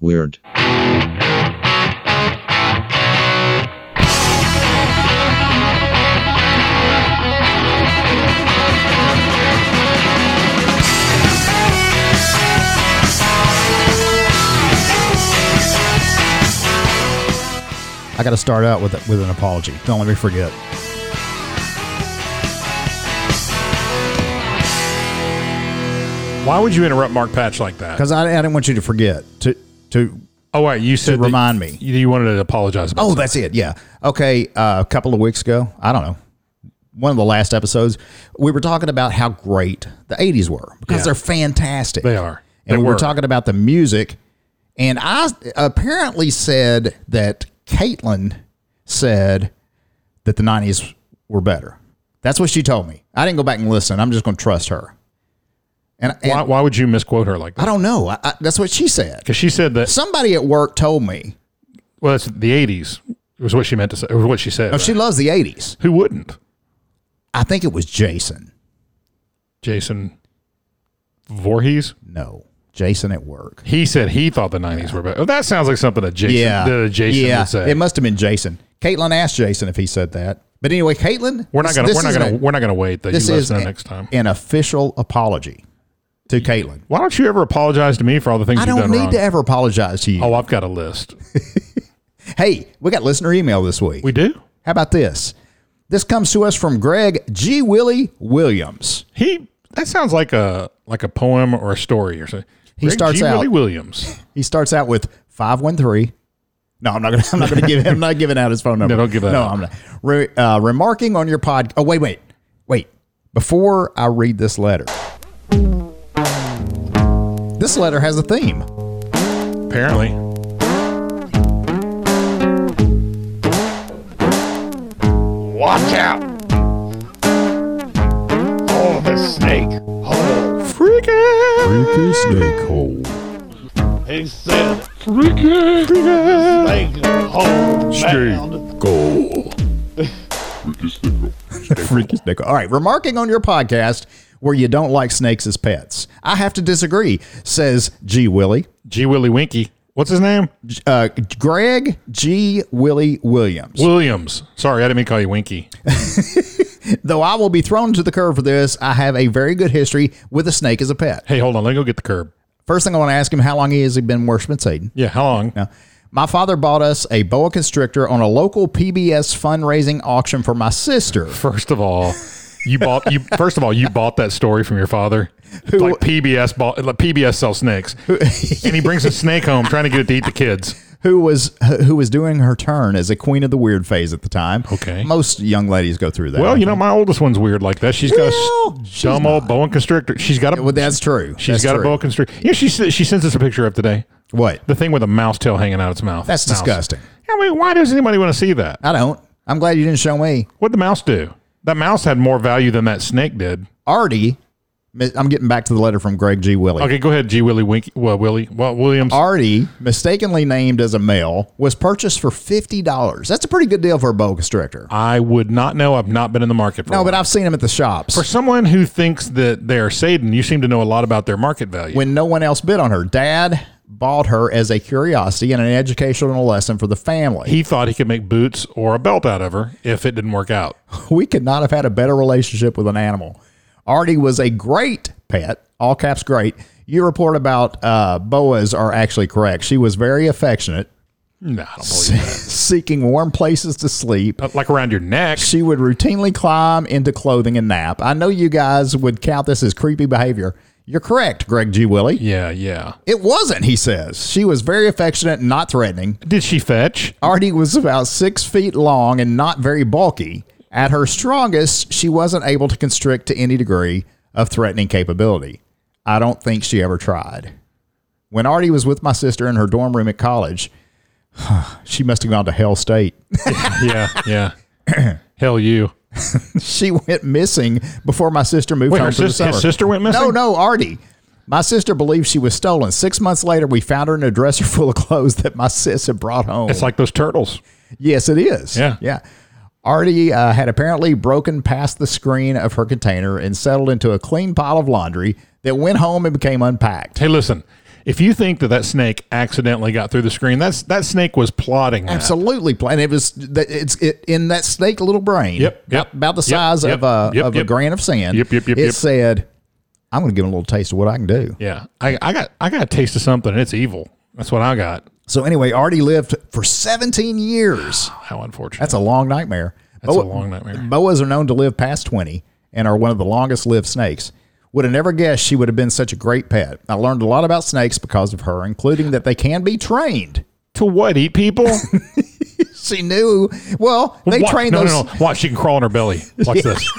Weird. I got to start out with with an apology. Don't let me forget. Why would you interrupt Mark Patch like that? Because I, I didn't want you to forget to to. Oh wait, you said that remind me. you, you wanted to apologize. About Oh, that's it. Yeah. Okay. Uh, a couple of weeks ago, I don't know, one of the last episodes, we were talking about how great the '80s were because Yeah. they're fantastic. They are. And They we were. were. talking about the music, and I apparently said that Caitlin said that the '90s were better. That's what she told me. I didn't go back and listen. I'm just going to trust her. And, and why, why would you misquote her like I that? don't know. I, I, that's what she said. Because she said that. Somebody at work told me. Well, that's the '80s. Was what she meant to say. Or what she said. Oh, she right? loves the '80s. Who wouldn't? I think it was Jason. Jason Voorhees. No, Jason at work. He said he thought the '90s were better. Oh, that sounds like something that Jason, Yeah, that a Jason yeah. would say. It must have been Jason. Caitlin asked Jason if he said that. But anyway, Caitlin, we're not this- gonna. this We're not is gonna. a- we're not gonna wait. That you this is listen a- to next time. an official apology to Caitlin. Why don't you ever apologize to me for all the things I you've don't done need wrong? to ever apologize to you. oh, I've got a list. Hey, we got listener email this week. We do. How about this? This comes to us from Greg G. Willie Williams. He. That sounds like a like a poem or a story or something. He Greg starts G. out- Willie Williams. He starts out with five one three. No, I'm not gonna. I'm not gonna give. I'm not giving out his phone number. No, don't give it No, out. I'm not. Re, uh, remarking on your pod. Oh, wait, wait, wait. Before I read this letter, this letter has a theme. Apparently, Watch out! Oh, the snake hole. freaky. Freaky snake hole. He said, freaky, snake hole. Bound. Goal. Freaky snake. All right, remarking on your podcast where you don't like snakes as pets. I have to disagree. Says G. Willie, G. Willie Winky. What's his name? uh, Greg G. Willie Williams. Williams. Sorry, I didn't mean to call you Winky. Though I will be thrown to the curb for this, I have a very good history with a snake as a pet. Hey, hold on. Let me go get the curb. First thing I want to ask him, how long he has he been worshiping Satan? Yeah, how long? Now, my father bought us a boa constrictor on a local PBS fundraising auction for my sister. First of all, you bought you. First of all, you bought that story from your father. like PBS bought like PBS sells snakes, and he brings a snake home trying to get it to eat the kids. who was who was doing her turn as a queen of the weird phase at the time. Okay. most young ladies go through that. Well, you know, my oldest one's weird like that. She's got Well, a s- dumb old boa constrictor. She's got a. well, that's true. she's That's got true. a boa constrictor. Yeah, she s- she sends us a picture up today. What? The thing with a mouse tail hanging out its mouth. That's Mouse. disgusting. I mean, why does anybody want to see that? I don't. I'm glad you didn't show me. What'd the mouse do? That mouse had more value than that snake did. Artie, mi- I'm getting back to the letter from Greg G. Willie. Okay, go ahead, G. Willie Winky. Well, Willie. Well, Williams. Artie, mistakenly named as a male, was purchased for fifty dollars. That's a pretty good deal for a boa constrictor. I would not know. I've not been in the market for. a No, but while. I've seen them at the shops. for someone who thinks that they are Satan, you seem to know a lot about their market value. when no one else bid on her. Dad bought her as a curiosity and an educational lesson for the family. he thought he could make boots or a belt out of her if it didn't work out. we could not have had a better relationship with an animal. Artie was a great pet, all caps great. You report about uh, boas are actually correct. She was very affectionate, No, I don't believe that. seeking warm places to sleep. But like around your neck. She would routinely climb into clothing and nap. I know you guys would count this as creepy behavior. You're correct, Greg G. Willie. Yeah, yeah. It wasn't, he says. She was very affectionate and not threatening. Did she fetch? Artie was about six feet long and not very bulky. At her strongest, she wasn't able to constrict to any degree of threatening capability. I don't think she ever tried. When Artie was with my sister in her dorm room at college, she must have gone to Hell State. Yeah, yeah. Hell, you. she went missing before my sister moved Wait, home her for the sis- summer. his sister went missing? No, no, Artie. My sister believed she was stolen. Six months later, we found her in a dresser full of clothes that my sis had brought home. It's like those turtles. Yes, it is. Yeah. Yeah. Artie uh, had apparently broken past the screen of her container and settled into a clean pile of laundry that went home and became unpacked. Hey, listen. If you think that that snake accidentally got through the screen, that's that snake was plotting. That. Absolutely, pla- and it was that it's it, in that snake little brain. Yep, yep, about the yep, size of yep, a yep, of a yep. grain of sand. Yep, yep, yep, It yep. said, "I'm going to give him a little taste of what I can do." Yeah, I, I got I got a taste of something, and it's evil. That's what I got. So anyway, Artie lived for 17 years. How unfortunate. That's a long nightmare. That's a long nightmare. Boas are known to live past 20 and are one of the longest lived snakes. Would have never guessed she would have been such a great pet. I learned a lot about snakes because of her, including that they can be trained. to what eat people? She knew. Well, they Watch- train no, those. No, no, watch. She can crawl on her belly. Watch this.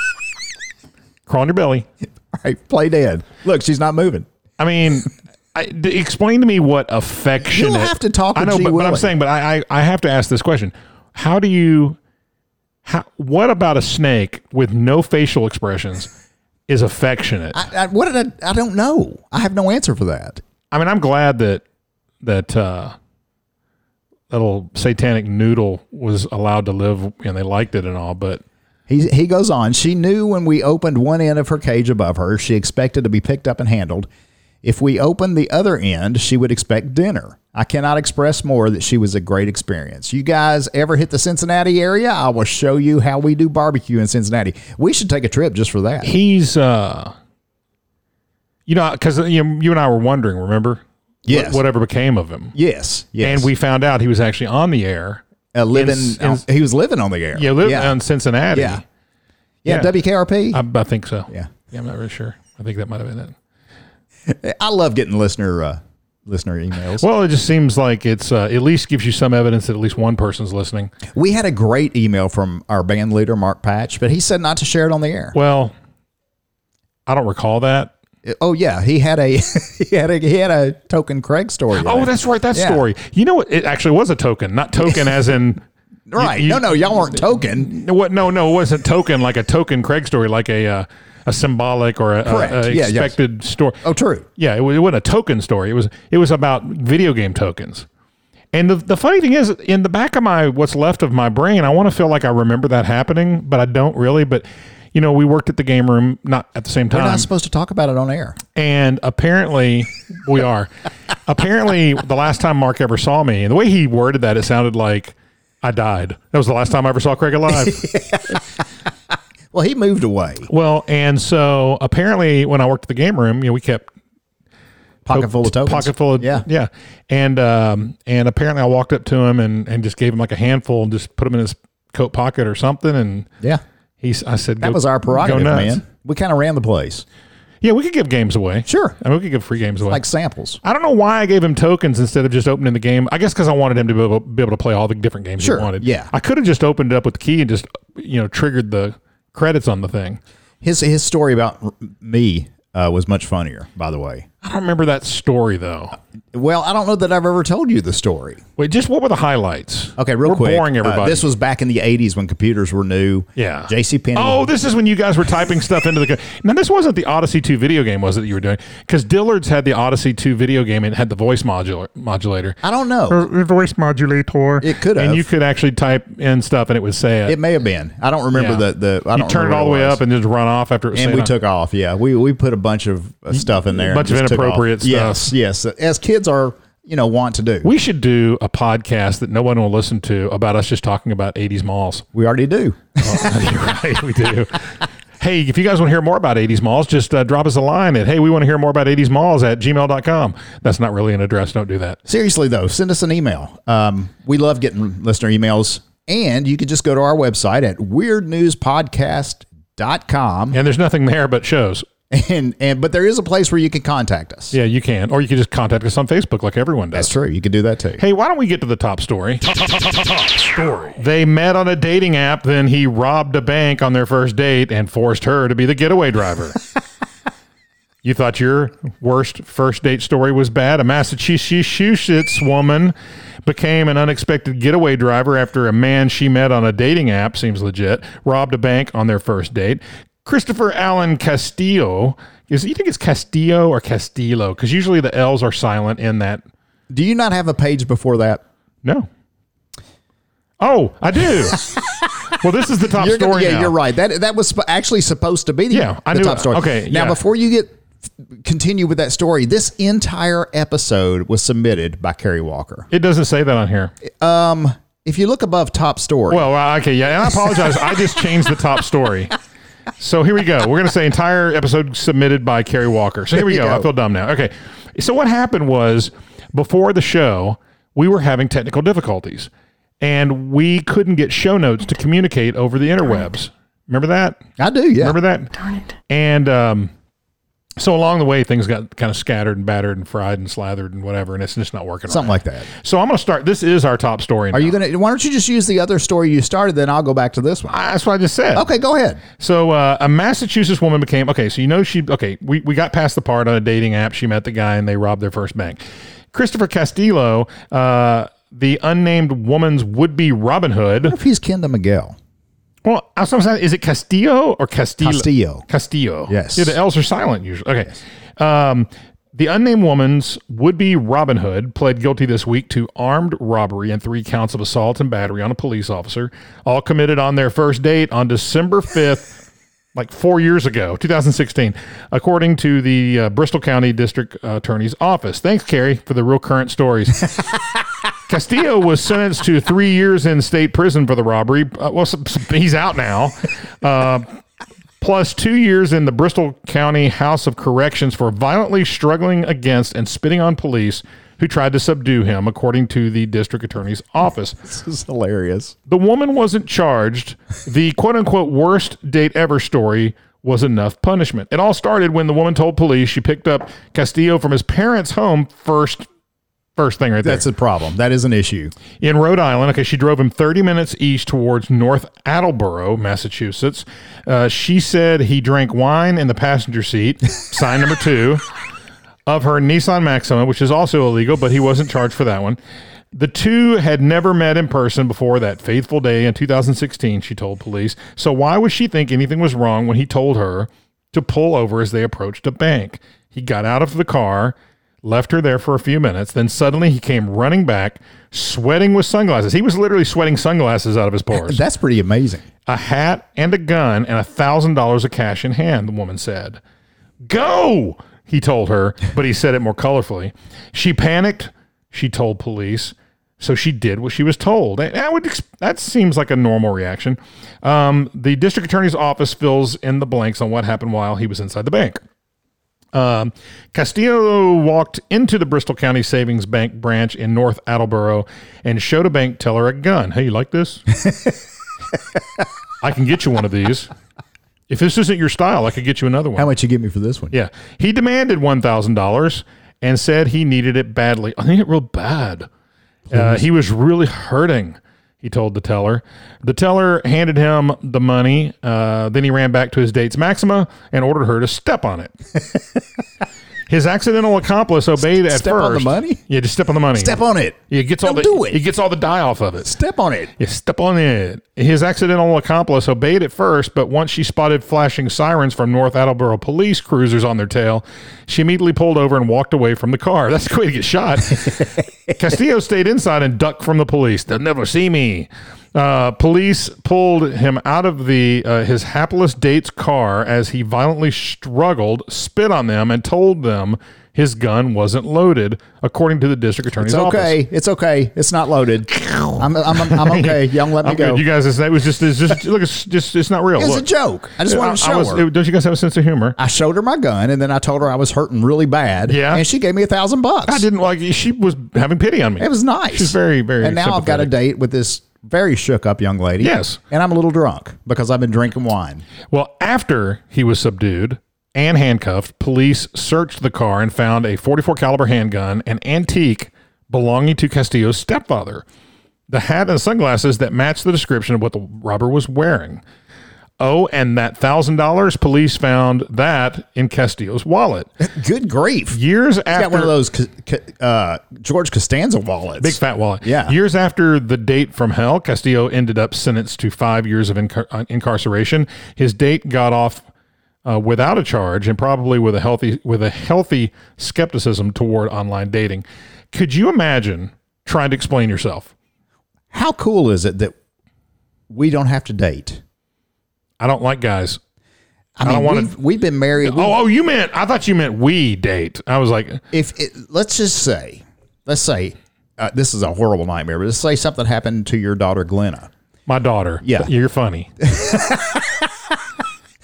crawl on your belly. All right, play dead. Look, she's not moving. I mean, I d explain to me what affectionate. You'll have to talk I with know, G. but, but I'm Willing. saying, but I, I I have to ask this question. How do you? How what about a snake with no facial expressions is affectionate? I, I, I, what did I? I don't know. I have no answer for that. mean, I'm glad that that uh, that little satanic noodle was allowed to live and they liked it and all, but He, he goes on. She knew when we opened one end of her cage above her, she expected to be picked up and handled. If we opened the other end, she would expect dinner. I cannot express more that she was a great experience. You guys ever hit the Cincinnati area? I will show you how we do barbecue in Cincinnati. We should take a trip just for that. he's uh you know because you, you and i were wondering remember Yes. What- whatever became of him Yes, yes. and we found out he was actually on the air uh, living. in- on- he was living on the air. yeah living yeah. in cincinnati yeah. Yeah, Yeah. Uh, WKRP. I, I think so Yeah. yeah i'm not really sure i think that might have been it I love getting listener uh, listener emails. well it just seems like it's uh, at least gives you some evidence that at least one person's listening we had a great email from our band leader Mark Patch, but he said not to share it on the air. well i don't recall that Oh yeah, he had a he had a he had a token Craig story. in oh it. that's right that Yeah. story you know what it actually was a token not token as in right. you- no, no, y'all weren't token. No, what? No, no, it wasn't token like a token Craig story, like a uh, a symbolic or a, Correct. a, a Yeah, yes. expected story. Oh, true. Yeah, it, wa- it wasn't a token story. It was it was about video game tokens. And the, the funny thing is, in the back of my what's left of my brain, I want to feel like I remember that happening, but I don't really. But you know, we worked at the game room, not at the same We're time, not supposed to talk about it on air. and apparently we are. apparently, the last time Mark ever saw me, and the way he worded that, it sounded like I died. That was the last time I ever saw Craig alive. Well, he moved away. Well, and so apparently when I worked at the game room, you know, we kept Pocket full of tokens. pocket full of Yeah. yeah. And um and apparently I walked up to him and and just gave him like a handful and just put him in his coat pocket or something and Yeah. he's I said That was our prerogative, man. We kind of ran the place. Yeah, we could give games away. Sure. I mean, we could give free games away. Like samples. I don't know why I gave him tokens instead of just opening the game. I guess because I wanted him to be able, be able to play all the different games Sure, he wanted. yeah. I could have just opened it up with the key and just you know triggered the credits on the thing. His his story about r- me uh, was much funnier, by the way. I don't remember that story though. Well, I don't know that I've ever told you the story. Wait, just what were the highlights? Okay, real we're quick. boring uh, everybody. this was back in the '80s when computers were new. yeah. J.C. Penney. Oh, this is when you guys were typing stuff into the. co- Now this wasn't the Odyssey Two video game, was it? That you were doing because Dillard's had the Odyssey Two video game and it had the voice modula- modulator. I don't know. Uh, voice modulator. It could have. and you could actually type in stuff, and it would say it. It may have been. I don't remember Yeah. the the. I you don't turn it remember all the what way was. up and just run off after it was and saying we it. took off. Yeah, we we put a bunch of uh, stuff in there, bunch and of just took off. inappropriate stuff. Yes, yes, as kids are you know want to do. We, We should do a podcast that no one will listen to about us just talking about 80s malls. already do. You're right, we do. Hey, if you guys want to hear more about 80s malls, just uh, drop us a line at hey, we want to hear more about 80s malls at gmail.com. That's not really an address. Don't do that. Seriously though, send us an email. Um, we love getting listener emails, and you could just go to our website at weirdnewspodcast.com. And there's nothing there but shows. and and but there is a place where you can contact us. Yeah, you can. Or you can just contact us on Facebook like everyone does. That's true. You could do that too. Hey, why don't we get to the top story? Top, story. They met on a dating app, then he robbed a bank on their first date and forced her to be the getaway driver. you thought your worst first date story was bad? A Massachusetts woman became an unexpected getaway driver after a man she met on a dating app, seems legit, robbed a bank on their first date. Christopher Allen Castillo. Is, you think it's Castillo or Castillo? Because usually the L's are silent in that Do you not have a page before that? no. Oh, I do. well, this is the top You're gonna- story. yeah, now. you're right. That that was sp- actually supposed to be the, Yeah, I the knew- top story. okay, Now yeah. before you get continue with that story, this entire episode was submitted by Kerry Walker. It doesn't say that on here. If you look above top story, Well, uh, okay, yeah, and I apologize. I just changed the top story. So here we go. We're going to say entire episode submitted by Kerry Walker. So here we There go. you I go. feel dumb now. Okay. So what happened was before the show, we were having technical difficulties and we couldn't get show notes to communicate over the interwebs. Remember that? I do, yeah. Remember that? Darn it. And um, so along the way, things got kind of scattered and battered and fried and slathered and whatever, and it's just not working. Something like that. right. So I'm going to start. This is our top story. Are you going to, why don't you just use the other story you started, then I'll go back to this one. That's what I just said. Okay, go ahead. So uh, a Massachusetts woman became okay. So you know she okay. We we got past the part on a dating app. She met the guy and they robbed their first bank. Christopher Castillo, uh, the unnamed woman's would-be Robin Hood. What if he's Ken to Miguel? Well, I was gonna say, is it Castillo or Castillo? Castillo. Castillo. Yes. Yeah, the L's are silent usually. Okay. Um, the unnamed woman's would-be Robin Hood pled guilty this week to armed robbery and three counts of assault and battery on a police officer, all committed on their first date on December fifth. Like four years ago, 2016, according to the uh, Bristol County District Attorney's Office. Thanks, Carrie, for the real current stories. Castillo was sentenced to three years in state prison for the robbery. Uh, well, s- s- he's out now. Uh, plus two years in the Bristol County House of Corrections for violently struggling against and spitting on police who tried to subdue him, according to the district attorney's office. This is hilarious. The woman wasn't charged. The quote unquote worst date ever story was enough punishment. It all started when the woman told police she picked up Castillo from his parents' home first. First thing right there That's a problem. That is an issue. in Rhode Island. Okay, she drove him 30 minutes east towards North Attleboro, Massachusetts. Uh, she said he drank wine in the passenger seat, sign number two, of her Nissan Maxima, which is also illegal, but he wasn't charged for that one. The two had never met in person before that fateful day in 2016, she told police. So why would she think anything was wrong when he told her to pull over as they approached a bank? He got out of the car left her there for a few minutes. Then suddenly he came running back, sweating with sunglasses. He was literally sweating sunglasses out of his pores. That's pretty amazing. a hat and a gun and a thousand dollars of cash in hand, the woman said. Go, he told her, but he said it more colorfully. She panicked, she told police. So she did what she was told. And I would ex- that seems like a normal reaction. Um, the district attorney's office fills in the blanks on what happened while he was inside the bank. Um, Castillo walked into the Bristol County Savings Bank branch in North Attleboro and showed a bank teller a gun. Hey, you like this? I can get you one of these. If this isn't your style, I could get you another one. How much you give me for this one? Yeah. He demanded $1,000 and said he needed it badly. I need it real bad. Uh, he was really hurting, he told the teller. The teller handed him the money. Uh, then he ran back to his date's Maxima and ordered her to step on it. his accidental accomplice obeyed at Step first. on the money? Yeah, just step on the money. Step on it. He gets all Don't the do it. He gets all the die off of it. Step on it. You step on it. His accidental accomplice obeyed at first, but once she spotted flashing sirens from North Attleboro police cruisers on their tail, she immediately pulled over and walked away from the car. That's a good way to get shot. Castillo stayed inside and ducked from the police. They'll never see me. Uh, police pulled him out of the uh, his hapless date's car as he violently struggled, spit on them, and told them his gun wasn't loaded, according to the district attorney's It's office. okay. It's okay. It's not loaded. I'm, I'm, I'm okay. Young, let me I'm go. good. You guys, it's- that was just, it's just look, it's just, it's not real. It was Look. a joke. I just I- wanted to I show was- her. it- don't you guys have a sense of humor? I, I showed her my gun, and then I told her I was hurting really bad. Yeah. and she gave me a thousand bucks. didn't like. She was having pity on me. It was nice. She's very, very. And now I've got a sympathetic. date with this very shook up young lady. Yes. and I'm a little drunk because I've been drinking wine. Well, after he was subdued and handcuffed, police searched the car and found a 44 caliber handgun, an antique belonging to Castillo's stepfather, the hat and sunglasses that matched the description of what the robber was wearing. Oh, and that thousand dollars, police found that in Castillo's wallet. Good grief! You Years after got one of those C- C- uh, George Costanza wallets. Big fat wallet. Yeah. Years after the date from hell, Castillo ended up sentenced to five years of incar- uh, incarceration. His date got off uh, without a charge and probably with a healthy with a healthy skepticism toward online dating. Could you imagine trying to explain yourself? How cool is it that we don't have to date? I don't like guys. I don't mean, wanna- we've, we've been married. we- Oh, oh, you meant I thought you meant we date. I was like, If it, let's just say, let's say uh, this is a horrible nightmare, but let's say something happened to your daughter Glenna. my daughter. Yeah. you're funny.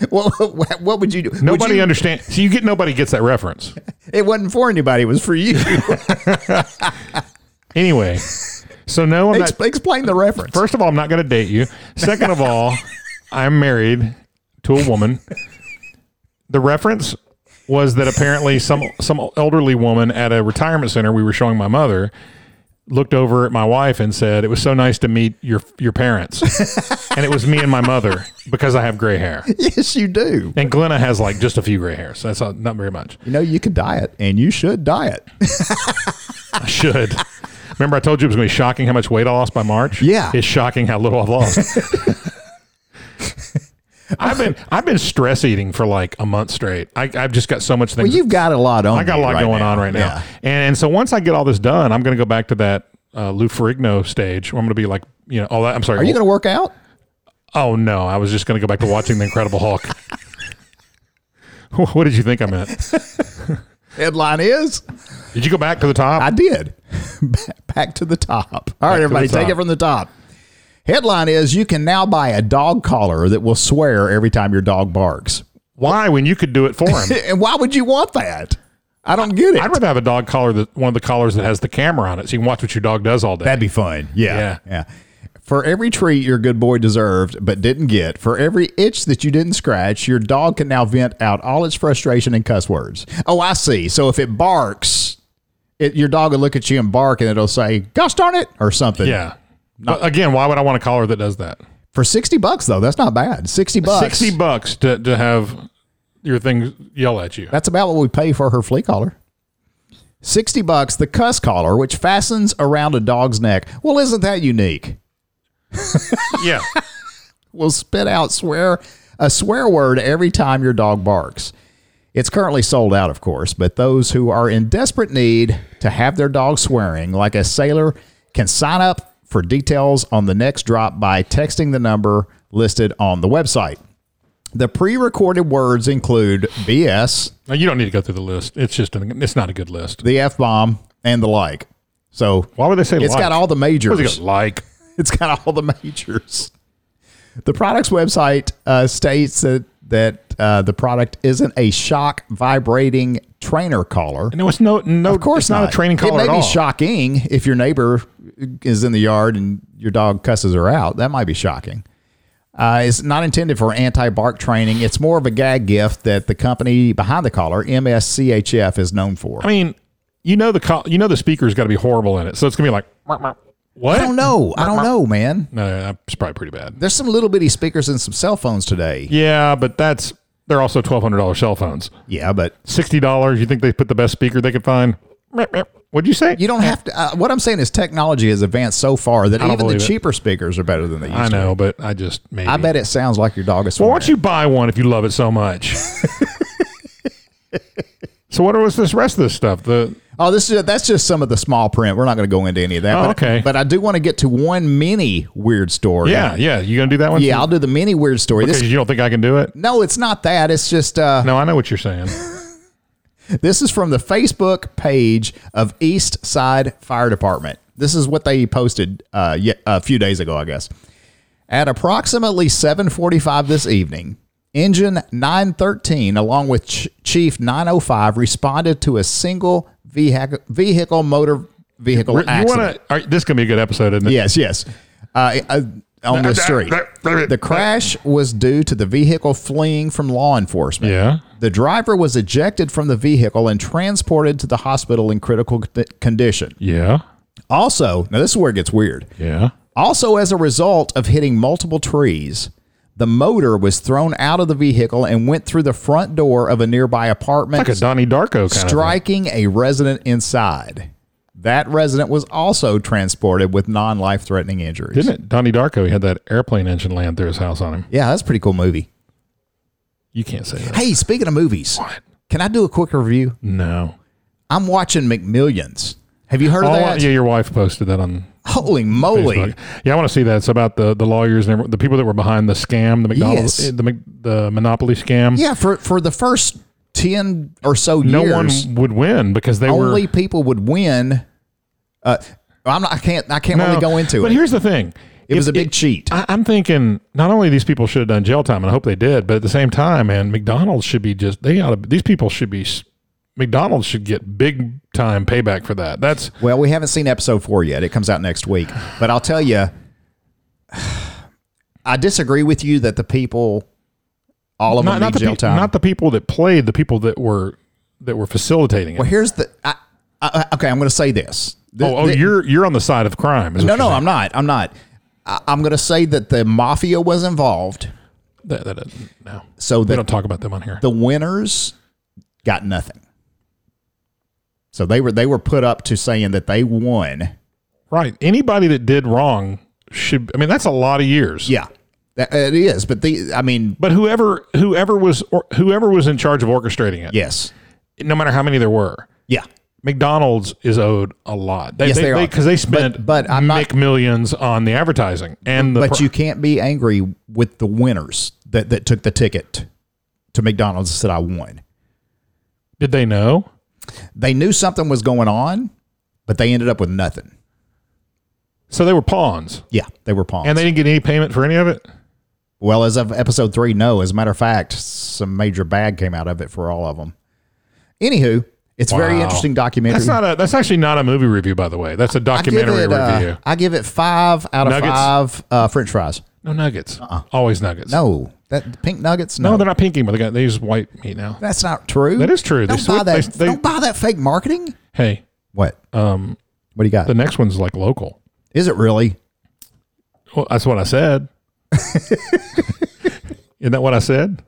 What what, what would you do? Would Nobody you- understands. So you get nobody gets that reference. it wasn't for anybody. It was for you. Anyway, so no, I'm not. Ex- explain the reference. First of all, I'm not going to date you. Second of all, I'm married to a woman. The reference was that apparently some some elderly woman at a retirement center we were showing my mother looked over at my wife and said, "It was so nice to meet your your parents." and it was me and my mother because I have gray hair. yes, you do. And Glenna has like just a few gray hairs. That's not, not very much. You know you could diet, and you should diet. I should. Remember I told you it was going to be shocking how much weight I lost by March? Yeah. It's shocking how little I've lost. I've been I've been stress eating for like a month straight. I, I've just got so much things. Well, you've got a lot on. I got a you lot going on right now. Yeah. And and so once I get all this done, I'm going to go back to that uh, Lou Ferrigno stage where I'm going to be like, you know, all that. I'm sorry. Are you going to work out? oh no, I was just going to go back to watching The Incredible Hulk. what did you think I meant? Headline is Did you go back to the top? I did. Back- Back to the top. All right, the everybody, take top. it from the top. Headline is You can now buy a dog collar that will swear every time your dog barks. Why when you could do it for him? And why would you want that? I don't get it. I'd rather have a dog collar that one of the collars that has the camera on it, so you can watch what your dog does all day. That'd be fun. Yeah. Yeah. Yeah. For every treat your good boy deserved but didn't get, for every itch that you didn't scratch, your dog can now vent out all its frustration and cuss words. Oh, I see. So if it barks, it, your dog will look at you and bark and it'll say, gosh darn it, or something. yeah. But again, why would I want a collar that does that? For 60 bucks, though, that's not bad. 60 bucks. Sixty bucks to, to have your thing yell at you. That's about what we pay for her flea collar. 60 bucks, the cuss collar, which fastens around a dog's neck. Well, isn't that unique? yeah. will spit out swear a swear word every time your dog barks. It's currently sold out, of course, but those who are in desperate need to have their dog swearing like a sailor can sign up for details on the next drop by texting the number listed on the website. The pre-recorded words include BS, Now you don't need to go through the list. It's just an, it's not a good list. the F-bomb, and the like. So Why would they say it's like? got all the What majors. does it got? like? It's got all the majors. The product's website uh, states that that uh, the product isn't a shock vibrating trainer collar. No, it's no no. Of course, it's not, a training collar It may at be all. shocking if your neighbor is in the yard and your dog cusses her out. That might be shocking. Uh, it's not intended for anti bark training. It's more of a gag gift that the company behind the collar, MSCHF, is known for. I mean, you know the col- you know the speaker's got to be horrible in it, so it's gonna be like "Meow, meow." what? I don't know. I don't know, man. No, it's probably pretty bad. There's some little bitty speakers and some cell phones today. Yeah, but that's they're also twelve hundred dollars cell phones. Yeah, but sixty dollars. You think they put the best speaker they could find? Meow, meow. What'd you say? You don't have to. Uh, what I'm saying is technology has advanced so far that don't even the believe it. cheaper speakers are better than they used I to. know, but I just maybe. I bet it sounds like your dog is Well, swearing. why don't you buy one if you love it so much? so what was this rest of this stuff? The oh, this is that's just some of the small print. We're not going to go into any of that. Oh, but, okay. But I do want to get to one mini weird story. yeah, yeah. You gonna do that one? Yeah, I'll do the mini weird story. Because This, you don't think I can do it? no, it's not that. It's just uh, No, I know what you're saying. this is from the Facebook page of East Side Fire Department. This is what they posted uh, ye- a few days ago, I guess. At approximately 7:45 this evening, engine 913 along with Ch- chief 905 responded to a single vehicle vehicle motor vehicle you accident. wanna? All right, this is gonna be a good episode, isn't it? yes, yes. Uh, uh, on the street. The crash was due to the vehicle fleeing from law enforcement. Yeah. The driver was ejected from the vehicle and transported to the hospital in critical c- condition. Yeah. Also, now this is where it gets weird. Yeah. Also, as a result of hitting multiple trees, the motor was thrown out of the vehicle and went through the front door of a nearby apartment, Like a Donnie Darko kind of striking a resident inside. That resident was also transported with non life threatening injuries. thing. Didn't it? Donnie Darko, he had that airplane engine land through his house on him. Yeah, that's a pretty cool movie. You can't say that. Hey, speaking of movies, What? can I do a quick review? No. I'm watching McMillions. Have you heard Oh, of I- that? yeah, your wife posted that on Holy moly. Facebook. Yeah, I want to see that. It's about the, the lawyers and everyone, the people that were behind the scam, the McDonald's, Yes. eh, the, Mc- the Monopoly scam. Yeah, for for the first ten or so no years, one would win because they were only people would win. Uh, I'm not, I can't. I can't really No, go into But it. here's the thing: It was a big cheat. I, I'm thinking not only these people should have done jail time, and I hope they did, but at the same time, and McDonald's should be just they ought to. These people should be. s- McDonald's should get big time payback for that. That's Well, we haven't seen episode four yet. It comes out next week. But I'll tell you, I disagree with you that the people, all of not, them, not need the jail peop- time. not the people that played, the people that were that were facilitating it. well, here's the. I, I, I- okay, I'm going to say this. The- oh, oh the- you're you're on the side of crime. Is no, what no, you're I'm not. I'm not. I, I'm going to say that the mafia was involved, saying. That- that- no, so we that don't talk about them on here. the winners got nothing. So they were they were put up to saying that they won. right, anybody that did wrong should. I mean, that's a lot of years. Yeah, that, it is. But the I mean, But whoever whoever was or, whoever was in charge of orchestrating it, yes, no matter how many there were, yeah. McDonald's is owed a lot. They, Yes, they are. because they spent but I'm not- millions on the advertising and the. But pro- you can't be angry with the winners that, that took the ticket to McDonald's and said I won. did they know? They knew something was going on, but they ended up with nothing. So they were pawns, Yeah, they were pawns. and they didn't get any payment for any of it. well, as of episode three, no. As a matter of fact, some major bag came out of it for all of them. Anywho, it's a very Wow. interesting documentary. That's not a. That's actually not a movie review, by the way. That's a documentary I give it, uh, review. I give it five out of Nuggets? five uh, French fries. no nuggets. Always nuggets. Uh-uh. No, that pink nuggets. No, no, they're not pinky, but they got they use white meat now. that's not true. That is true. They Don't buy swi- that. they- they- don't buy that fake marketing. Hey, What? um, What do you got? the next one's like local. Is it really? Well, that's what I said. Isn't that what I said?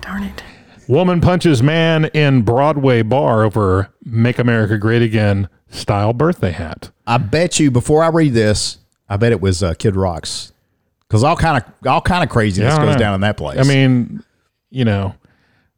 Darn it. Woman punches man in Broadway bar over Make America Great Again style birthday hat. I bet you. Before I read this, I bet it was uh, Kid Rock's because all kind of all kind of craziness I don't goes know. down in that place. I mean, you know,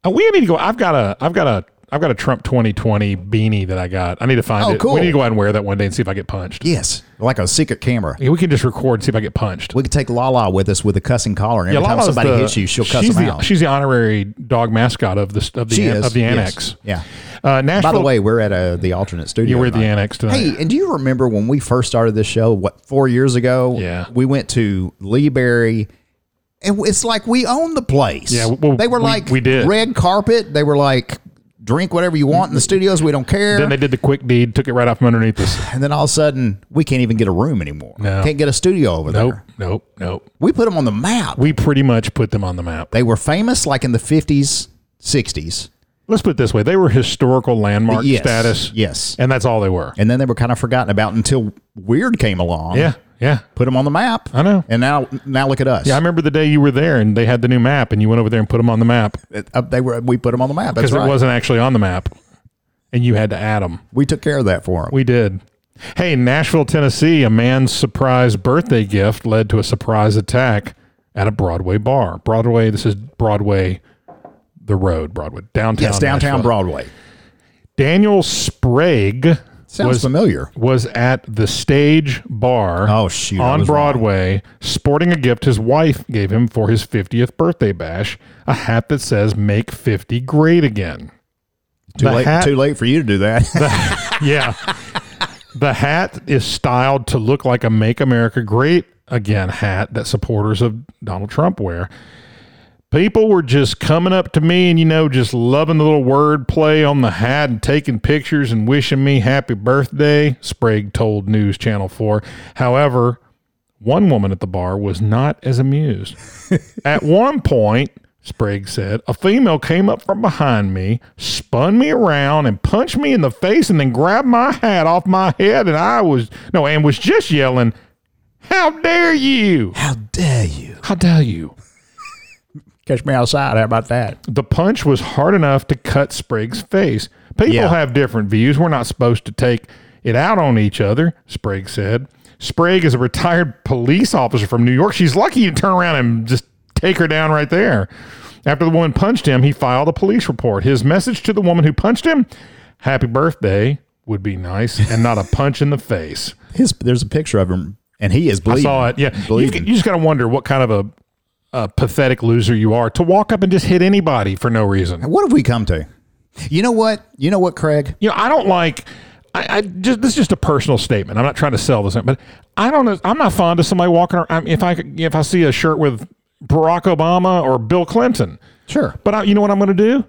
uh, we need to go. I've got a, I've got a, I've got a Trump 2020 beanie that I got. I need to find Oh, it. cool. We need to go out and wear that one day and see if I get punched. yes, like a secret camera. Yeah, We can just record and see if I get punched. We could take Lala with us with a cussing collar, and every time Lala's somebody the- hits you, she'll cuss she's them the, out. She's the honorary dog mascot of the of the She an- is, of the yes. annex. Yeah. Uh, Nashville. By the way, we're at a, the alternate studio. you were at the tonight. annex tonight. Hey, and do you remember when we first started this show? What four years ago? Yeah. we went to Lee Berry, and it's like we own the place. Yeah, well, they were we- like we did. red carpet. They were like drink whatever you want in the studios. We don't care. Then they did the quick deed, took it right off from underneath us. and then all of a sudden, we can't even get a room anymore. No. Can't get a studio over Nope, there. nope, nope. We put them on the map. We pretty much put them on the map. they were famous like in the fifties, sixties. Let's put it this way: they were historical landmark Yes, status. yes. and that's all they were. And then they were kind of forgotten about until Weird came along. Yeah, yeah. put them on the map. I know. And now, now look at us. Yeah, I remember the day you were there, and they had the new map, and you went over there and put them on the map Uh, they were we put them on the map because That's right. it wasn't actually on the map, and you had to add them. we took care of that for them. We did. Hey, Nashville, Tennessee, a man's surprise birthday gift led to a surprise attack at a Broadway bar. Broadway, this is Broadway, the road, Broadway, downtown. yes, downtown Nashville. Broadway. Daniel Sprague Sounds was familiar. was at the stage bar Oh, shoot, I on was wrong. Broadway sporting a gift his wife gave him for his 50th birthday bash, a hat that says make 50 great again. Too The late. hat- Too late for you to do that. yeah. The hat is styled to look like a Make America Great Again hat that supporters of Donald Trump wear. People were just coming up to me and, you know, just loving the little word play on the hat and taking pictures and wishing me happy birthday, Sprague told News Channel 4. However, one woman at the bar was not as amused. At one point, Sprague said, a female came up from behind me, spun me around, and punched me in the face, and then grabbed my hat off my head. And I was, no, and was just yelling, How dare you! How dare you? How dare you! Catch me outside. How about that? The punch was hard enough to cut Sprague's face. People Yeah. have different views. We're not supposed to take it out on each other, Sprague said. Sprague is a retired police officer from New York. She's lucky you turn around and just take her down right there. After the woman punched him, he filed a police report. His message to the woman who punched him Happy birthday would be nice, and not a punch in the face. His there's a picture of him, and he is I bleeding. saw it. Yeah, you, bleeding. you just gotta wonder what kind of a, a pathetic loser you are to walk up and just hit anybody for no reason. What have we come to? You know what? You know what, Craig? you know, I don't like. I, I just this is just a personal statement. I'm not trying to sell this, but I don't. I'm not fond of somebody walking around. I'm- If I could- if I see a shirt with Barack Obama or Bill Clinton, Sure. but I, you know what I'm going to do?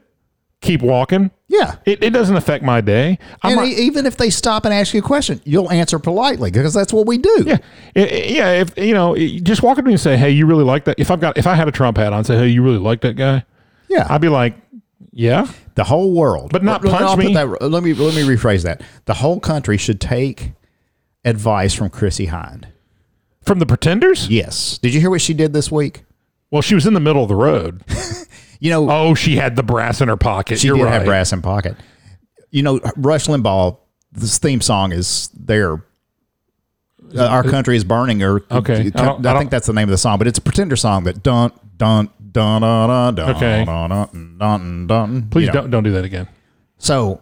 Keep walking. Yeah. It, it doesn't affect my day. I'm And not- e- even if they stop and ask you a question, you'll answer politely because that's what we do. yeah, I- I- yeah. If you know, you just walk up to me and say, "Hey, you really like that?" If I've got, if I had a Trump hat on, say, "Hey, you really like that guy?" Yeah. I'd be like, "Yeah." the whole world, But not Let- let- punch I'll put me. that- let me let me rephrase that. The whole country should take advice from Chrissy Hind. From the Pretenders? Yes. Did you hear what she did this week? Well, she was in the middle of the road. You know, Oh, she had the brass in her pocket. she You're did right. have brass in pocket. You know, Rush Limbaugh. This theme song is their. Uh, our country is burning. Or Okay. I I, don't- I don't- think that's the name of the song, but it's a pretender song that dun dun dun dun dun dun Okay. dun dun dun dun. Please you know. don't don't do that again. So,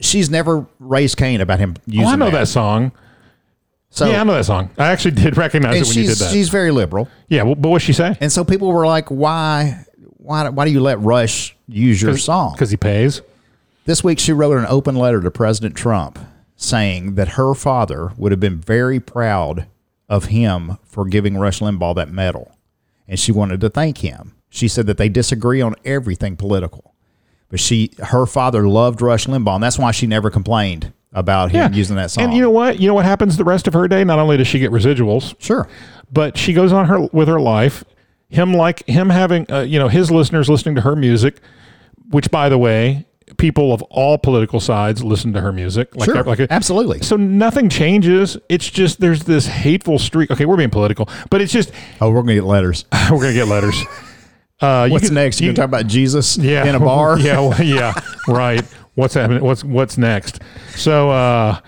she's never raised Cain about him using. Oh, I know that. that. song. So yeah, I know that song. I actually did recognize and it when you did she's that. she's very liberal, Yeah, well, but what she say? and so people were like, "Why, why, why do you let Rush use your song?" Because he pays. This week, she wrote an open letter to President Trump saying that her father would have been very proud of him for giving Rush Limbaugh that medal, and she wanted to thank him. She said that they disagree on everything political, but she her father loved Rush Limbaugh, and that's why she never complained about him using that song. And you know what? You know what happens the rest of her day? Not only does she get residuals, sure, but she goes on her with her life. Him like him having uh, you know his listeners listening to her music, which by the way, people of all political sides listen to her music. Like sure, they're- like absolutely. So nothing changes. It's just there's this hateful streak. Okay, we're being political, but it's just Oh, we're gonna get letters. we're gonna get letters. Uh, you What's can- next? You, are gonna talk about Jesus yeah. in a bar? yeah, well, yeah, right. What's happening? What's what's next? So uh,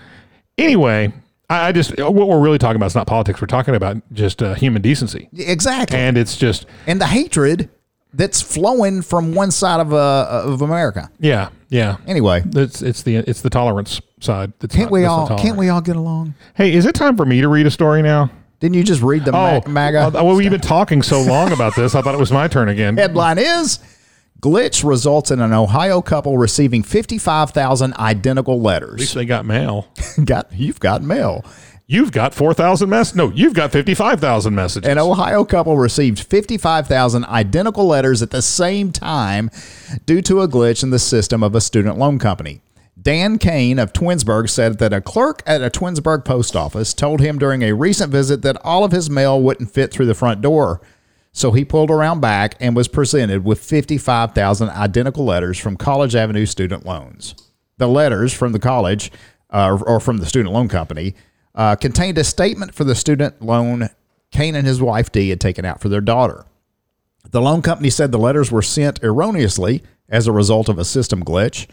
anyway, I, I just what we're really talking about is not politics. We're talking about just uh, human decency, exactly. and it's just and the hatred that's flowing from one side of uh, of America. yeah, yeah. Anyway, It's it's the it's the tolerance side. that's can't not- we Uh, that's all not can't we all get along? tolerant. Hey, is it time for me to read a story now? Didn't you just read the ma- Oh, MAGA Well, we've been talking so long about this. I thought it was my turn again. headline? Is glitch results in an Ohio couple receiving fifty five thousand identical At least letters. they got mail. got you've got mail. You've got four thousand mess. No, you've got fifty five thousand messages. An Ohio couple received 55,000 identical letters at the same time due to a glitch in the system of a student loan company. Dan Kane of Twinsburg said that a clerk at a Twinsburg post office told him during a recent visit that all of his mail wouldn't fit through the front door. So he pulled around back and was presented with 55,000 identical letters from College Avenue Student Loans. The letters from the college uh, or from the student loan company uh, contained a statement for the student loan Kane and his wife Dee had taken out for their daughter. The loan company said the letters were sent erroneously as a result of a system glitch.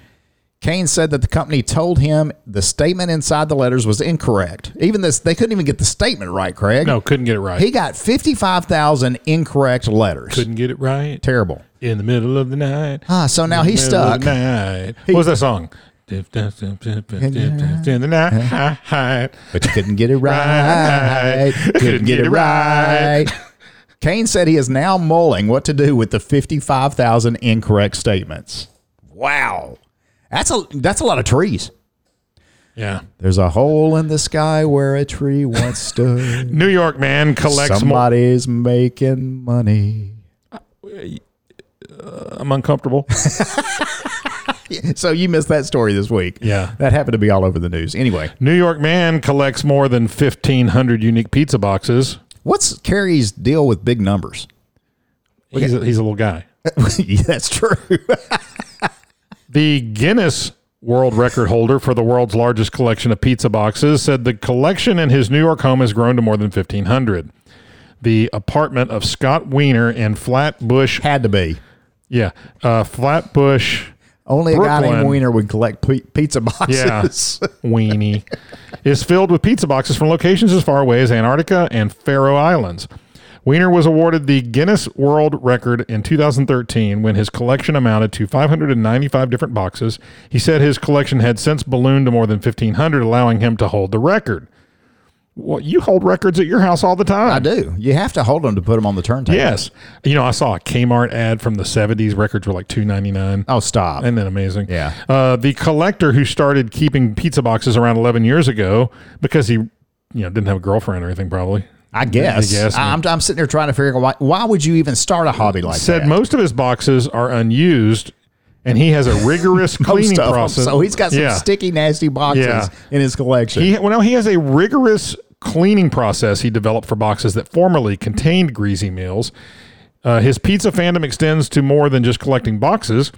Kane said that the company told him the statement inside the letters was incorrect. Even this, they couldn't even get the statement right, Craig. no, couldn't get it right. He got 55,000 incorrect letters. couldn't get it right. Terrible. In the middle of the night. Ah, so now he's middle of stuck. the night. What was that song? In the night. But you couldn't get it right. couldn't get it right. Kane said he is now mulling what to do with the 55,000 incorrect statements. Wow. That's a that's a lot of trees. Yeah. There's a hole in the sky where a tree once stood. New York man collects more. Somebody's making money. I'm uncomfortable. So you missed that story this week. Yeah. That happened to be all over the news. Anyway, New York man collects more than 1,500 unique pizza boxes. what's Carrie's deal with big numbers? He's a, he's a little guy. Yeah, that's true. The Guinness World Record holder for the world's largest collection of pizza boxes said the collection in his New York home has grown to more than 1,500. The apartment of Scott Weiner in Flatbush, Had to be. yeah, uh, Flatbush, Only a guy Brooklyn. named Wiener would collect pi- pizza yeah, boxes. Weenie, is filled with pizza boxes from locations as far away as Antarctica and Faroe Islands. Wiener was awarded the Guinness World Record in 2013 when his collection amounted to 595 different boxes. He said his collection had since ballooned to more than 1,500, allowing him to hold the record. Well, you hold records at your house all the time. I do. You have to hold them to put them on the turntable. Yes. You know, I saw a Kmart ad from the 70s. Records were like 2.99. Oh, stop. Isn't that amazing? Yeah. Uh, the collector who started keeping pizza boxes around 11 years ago because he, you know, didn't have a girlfriend or anything probably. I guess. I guess. I, am I'm sitting there trying to figure out why, why would you even start a hobby like Said that? most of his boxes are unused, and he has a rigorous cleaning Most of 'em. process. So he's got some Yeah. sticky, nasty boxes Yeah. in his collection. He well, no, he has a rigorous cleaning process he developed for boxes that formerly contained greasy meals. Uh, his pizza fandom extends to more than just collecting boxes.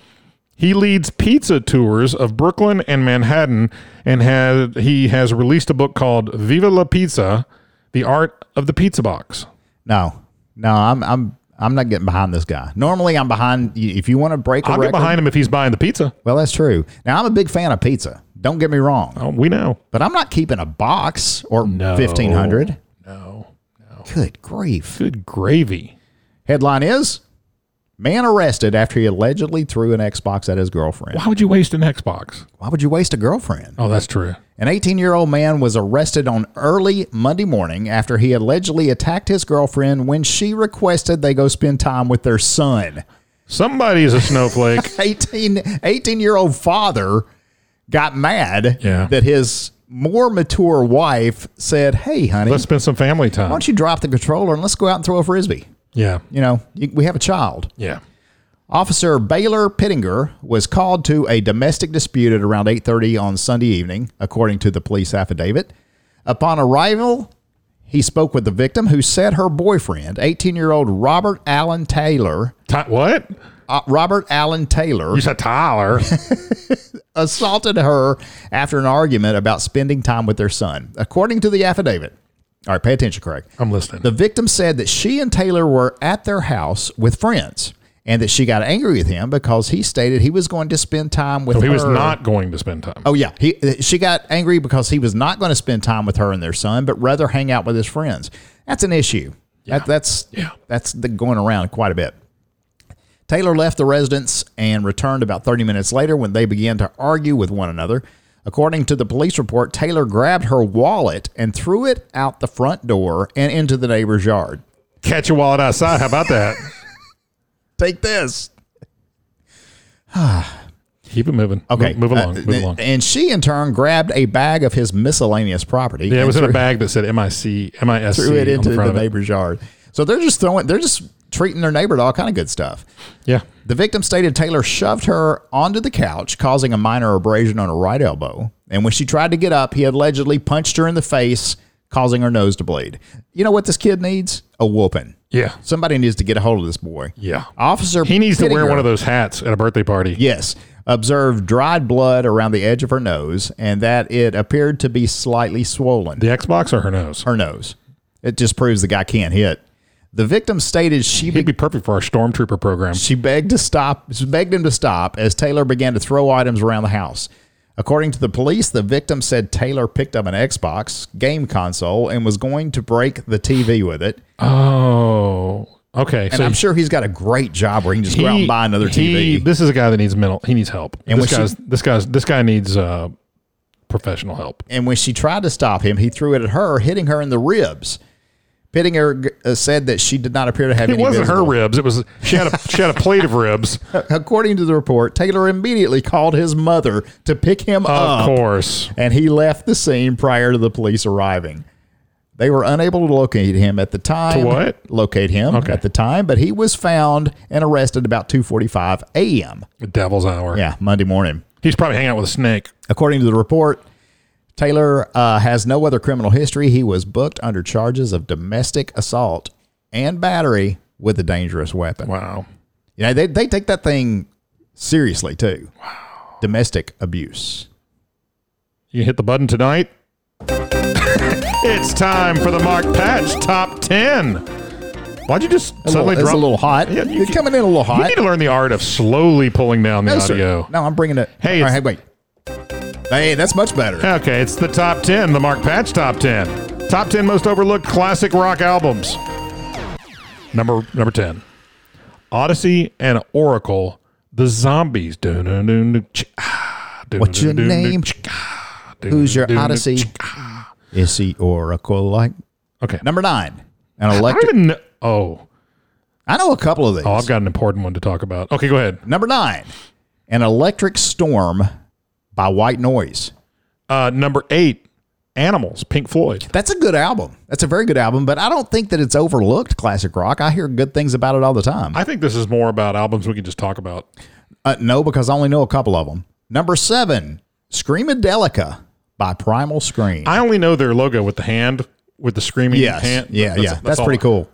He leads pizza tours of Brooklyn and Manhattan, and has he has released a book called "Viva la Pizza: The Art of the Pizza Box." no, no, I'm I'm I'm not getting behind this guy. Normally, I'm behind. y- If you want to break a I'll record, get behind him if he's buying the pizza. well, that's true. Now, I'm a big fan of pizza. Don't get me wrong, Oh, we know. but I'm not keeping a box or 1500. No. Good grief. Good gravy. Headline is Man arrested after he allegedly threw an Xbox at his girlfriend. Why would you waste an Xbox? Why would you waste a girlfriend? Oh, that's true. An 18 year old man was arrested on early Monday morning after he allegedly attacked his girlfriend when she requested they go spend time with their son. Somebody is a snowflake. 18, 18 year old father got mad Yeah. that his more mature wife said, Hey, honey, Let's spend some family time. why don't you drop the controller and let's go out and throw a frisbee? Yeah. You know, you, we have a child. Yeah. Officer Baylor Pittinger was called to a domestic dispute at around 8:30 on Sunday evening, according to the police affidavit. Upon arrival, he spoke with the victim who said her boyfriend, 18-year-old Robert Allen Taylor, Ty- what? uh, Robert Allen Taylor, You said Tyler. assaulted her after an argument about spending time with their son, according to the affidavit. All right, pay attention, Craig. I'm listening. The victim said that she and Taylor were at their house with friends and that she got angry with him because he stated he was going to spend time with he her. was not going to spend time. Oh yeah, he uh, she got angry because he was not going to spend time with her and their son, but rather hang out with his friends. That's an issue. That, that's Yeah. that's the, going around quite a bit. Taylor left the residence and returned about 30 minutes later when they began to argue with one another. According to the police report, Taylor grabbed her wallet and threw it out the front door and into the neighbor's yard. Catch a wallet outside. How about that? Take this. Keep it moving. Okay. Move, move along. Uh, move along. And she, in turn, grabbed a bag of his miscellaneous property. Yeah, it and was in a threw- bag that said MIC, MISC. threw it on into the, the, front of it. neighbor's yard. So they're just throwing, they're just treating their neighbor to all kind of good stuff. Yeah. The victim stated Taylor shoved her onto the couch, causing a minor abrasion on her right elbow. And when she tried to get up, he allegedly punched her in the face, causing her nose to bleed. You know what this kid needs? A whooping. Yeah. Somebody needs to get a hold of this boy. Yeah. Officer He needs to wear Pittinger- one of those hats at a birthday party. Yes. Observed dried blood around the edge of her nose and that it appeared to be slightly swollen The Xbox or her nose? her nose. It just proves the guy can't hit. The victim stated she He'd be perfect for our stormtrooper program. she begged to stop, she begged him to stop as Taylor began to throw items around the house. According to the police, the victim said Taylor picked up an Xbox game console and was going to break the TV with it. Oh. Okay. And I'm sure he's got a great job where he can just go out and buy another he- TV. This is a guy that needs mental. He needs help. And this when guy's she- this guy's this guy needs uh, professional help. and when she tried to stop him, he threw it at her, hitting her in the ribs. Pittinger uh, said that she did not appear to have It any wasn't her visible- Oh. ribs. It was she had a she had a plate of ribs. According to the report, Taylor immediately called his mother to pick him Of up, course. and he left the scene prior to the police arriving. They were unable to locate him at the time. To what? Locate him Okay. at the time, but he was found and arrested about 2:45 a.m. The devil's hour. Yeah, Monday morning. He's probably hanging out with a snake. According to the report, Taylor uh, has no other criminal history. He was booked under charges of domestic assault and battery with a dangerous weapon. Wow. You know, they, they take that thing seriously too. Wow. Domestic abuse. You hit the button tonight. it's time for the Mark Patch Top 10. Why'd you just A little, suddenly it's drop? a little hot. Yeah, you It's can- coming in a little You hot. need to learn the art of slowly pulling down the no, sir. audio. no, I'm bringing it. Hey, All right, it's- hey, wait. Hey, that's much better. Okay, it's the top 10, the Mark Patch Top 10. Top 10 most overlooked classic rock albums. Number number ten, Odyssey and Oracle, the zombies. Dun, dun, dun, dun, ch- ah, dun, What's your dun, dun, dun, name? ch- ah, dun, Who's your dun, dun, Odyssey? ch- ah. Is he Oracle like? Okay, Number nine, an I electric. didn't. kn- Oh, I know a couple of these. oh, I've got an important one to talk about. Okay, go ahead. Number nine, an electric storm by White Noise. Uh, number eight, Animals, Pink Floyd. That's a good album. That's a very good album, but I don't think that it's overlooked classic rock. I hear good things about it all the time. I think this is more about albums we can just talk about. Uh, no, because I only know a couple of them. Number seven, Screamadelica by Primal Scream. I only know their logo with the hand with the screaming yes. hand. yeah, That's- yeah. That's, all. pretty cool.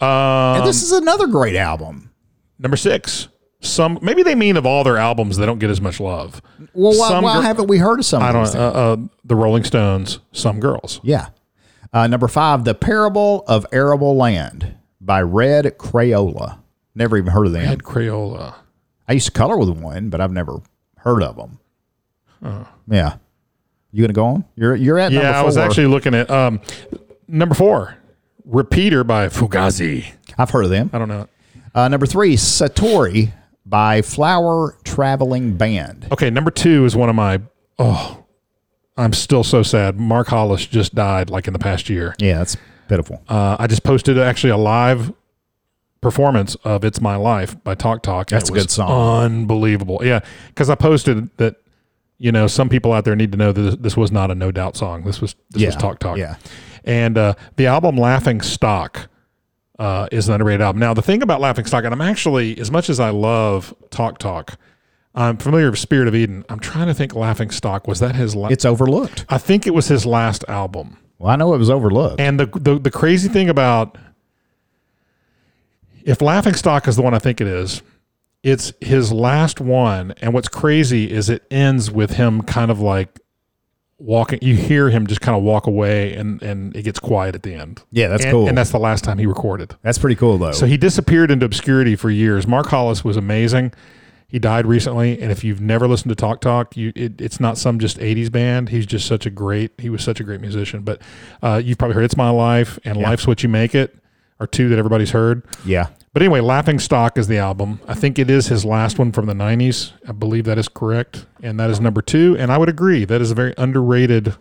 Uh, and this is another great album. number six. Some maybe they mean of all their albums they don't get as much love. Well, why, Some why gir- haven't we heard of some I of don't these uh, things? uh, the Rolling Stones, some girls. Yeah. Uh, number five, The Parable of Arable Land by Red Crayola. Never even heard of them. Ed Crayola. I used to color with one, but I've never heard of them. Yeah. You gonna go on? You're you're at number Yeah, I was four. actually looking at um, number four, Repeater by Fugazi. I've heard of them. I don't know. Uh, number three, Satori by Flower Traveling Band. Okay, number two is one of my. Oh, I'm still so sad. Mark Hollis just died like in the past year. Yeah, that's pitiful. Uh, I just posted actually a live performance of "It's My Life" by Talk Talk. and That's it a good was song. Unbelievable. Yeah, because I posted that. You know, some people out there need to know that this, this was not a no doubt song. This was this was Yeah, Talk Talk. yeah. and uh, the album "Laughing Stock" uh, is an underrated album. Now, the thing about "Laughing Stock," and I'm actually as much as I love Talk Talk, I'm familiar with "Spirit of Eden." I'm trying to think. "Laughing Stock" was that his? La- It's overlooked. I think it was his last album. Well, I know it was overlooked. And the, the the crazy thing about if Laughing Stock is the one I think it is, it's his last one. And what's crazy is it ends with him kind of like walking. You hear him just kind of walk away, and and it gets quiet at the end. Yeah, that's And- cool. And that's the last time he recorded. that's pretty cool though. So he disappeared into obscurity for years. Mark Hollis was amazing. He died recently, and if you've never listened to Talk Talk, you it, it's not some just '80s band. He's just such a great. He was such a great musician. But uh, you've probably heard "It's My Life" and "Life's What You Make It" are two that everybody's heard. yeah. But anyway, "Laughing Stock" is the album. I think it is his last one from the '90s. I believe that is correct, and that is number two. And I would agree that is a very underrated.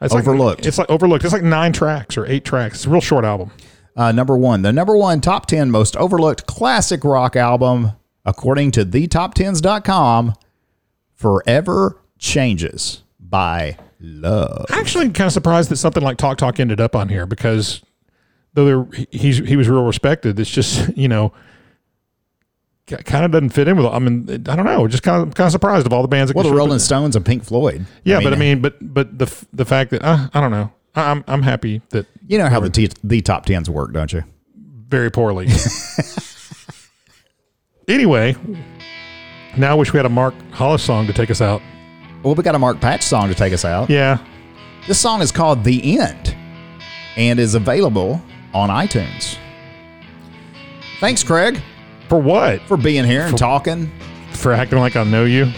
It's like- Overlooked. it's like overlooked. It's like nine tracks or eight tracks. It's a real short album. Uh, number one, the number one top 10 most overlooked classic rock album, according to thetop10s.com, Forever Changes by Love. actually kind of surprised that something like Talk Talk ended up on here because though there he- he's he was real respected, it's just you know kind of doesn't fit in with. I mean, I don't know. Just kind of kind of surprised of all the bands. that Well, could the show up Rolling in- Stones and Pink Floyd. Yeah, but I mean, eh. but but the f- the fact that uh, I don't know. I- I'm I'm happy that you know how the, t- the top 10s work, don't you? very poorly. anyway, now I wish we had a Mark Hollis song to take us out. Well, we got a Mark Patch song to take us out. Yeah, This song is called The End and is available on iTunes. Thanks, Craig, for what? for being here and talking. For acting like I know you.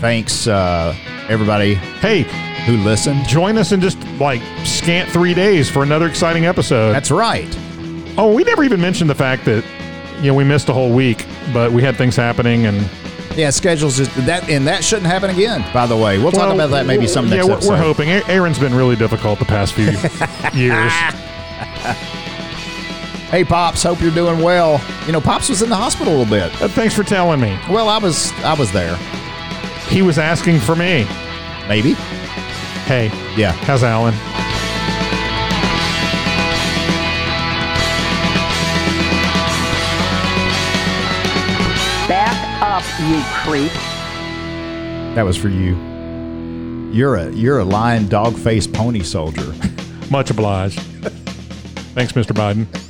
Thanks, uh, everybody Hey, who listened. join us in just like scant three days for another exciting episode. That's right. oh, we never even mentioned the fact that you know we missed a whole week, but we had things happening and Yeah, schedules just that, and that shouldn't happen again. By the way, we'll talk Well, about that maybe some next yeah, we're- episode. we're hoping. A- Aaron's been really difficult the past few years. Hey, pops, hope you're doing well. You know, pops was in the hospital a little bit. Uh, Thanks for telling me. Well, I was, I was there. He was asking for me. Maybe. Hey, Yeah. how's Alan? Back up, you creep. That was for you. You're a you're a lion dog faced pony soldier. Much obliged. Thanks, Mr. Biden.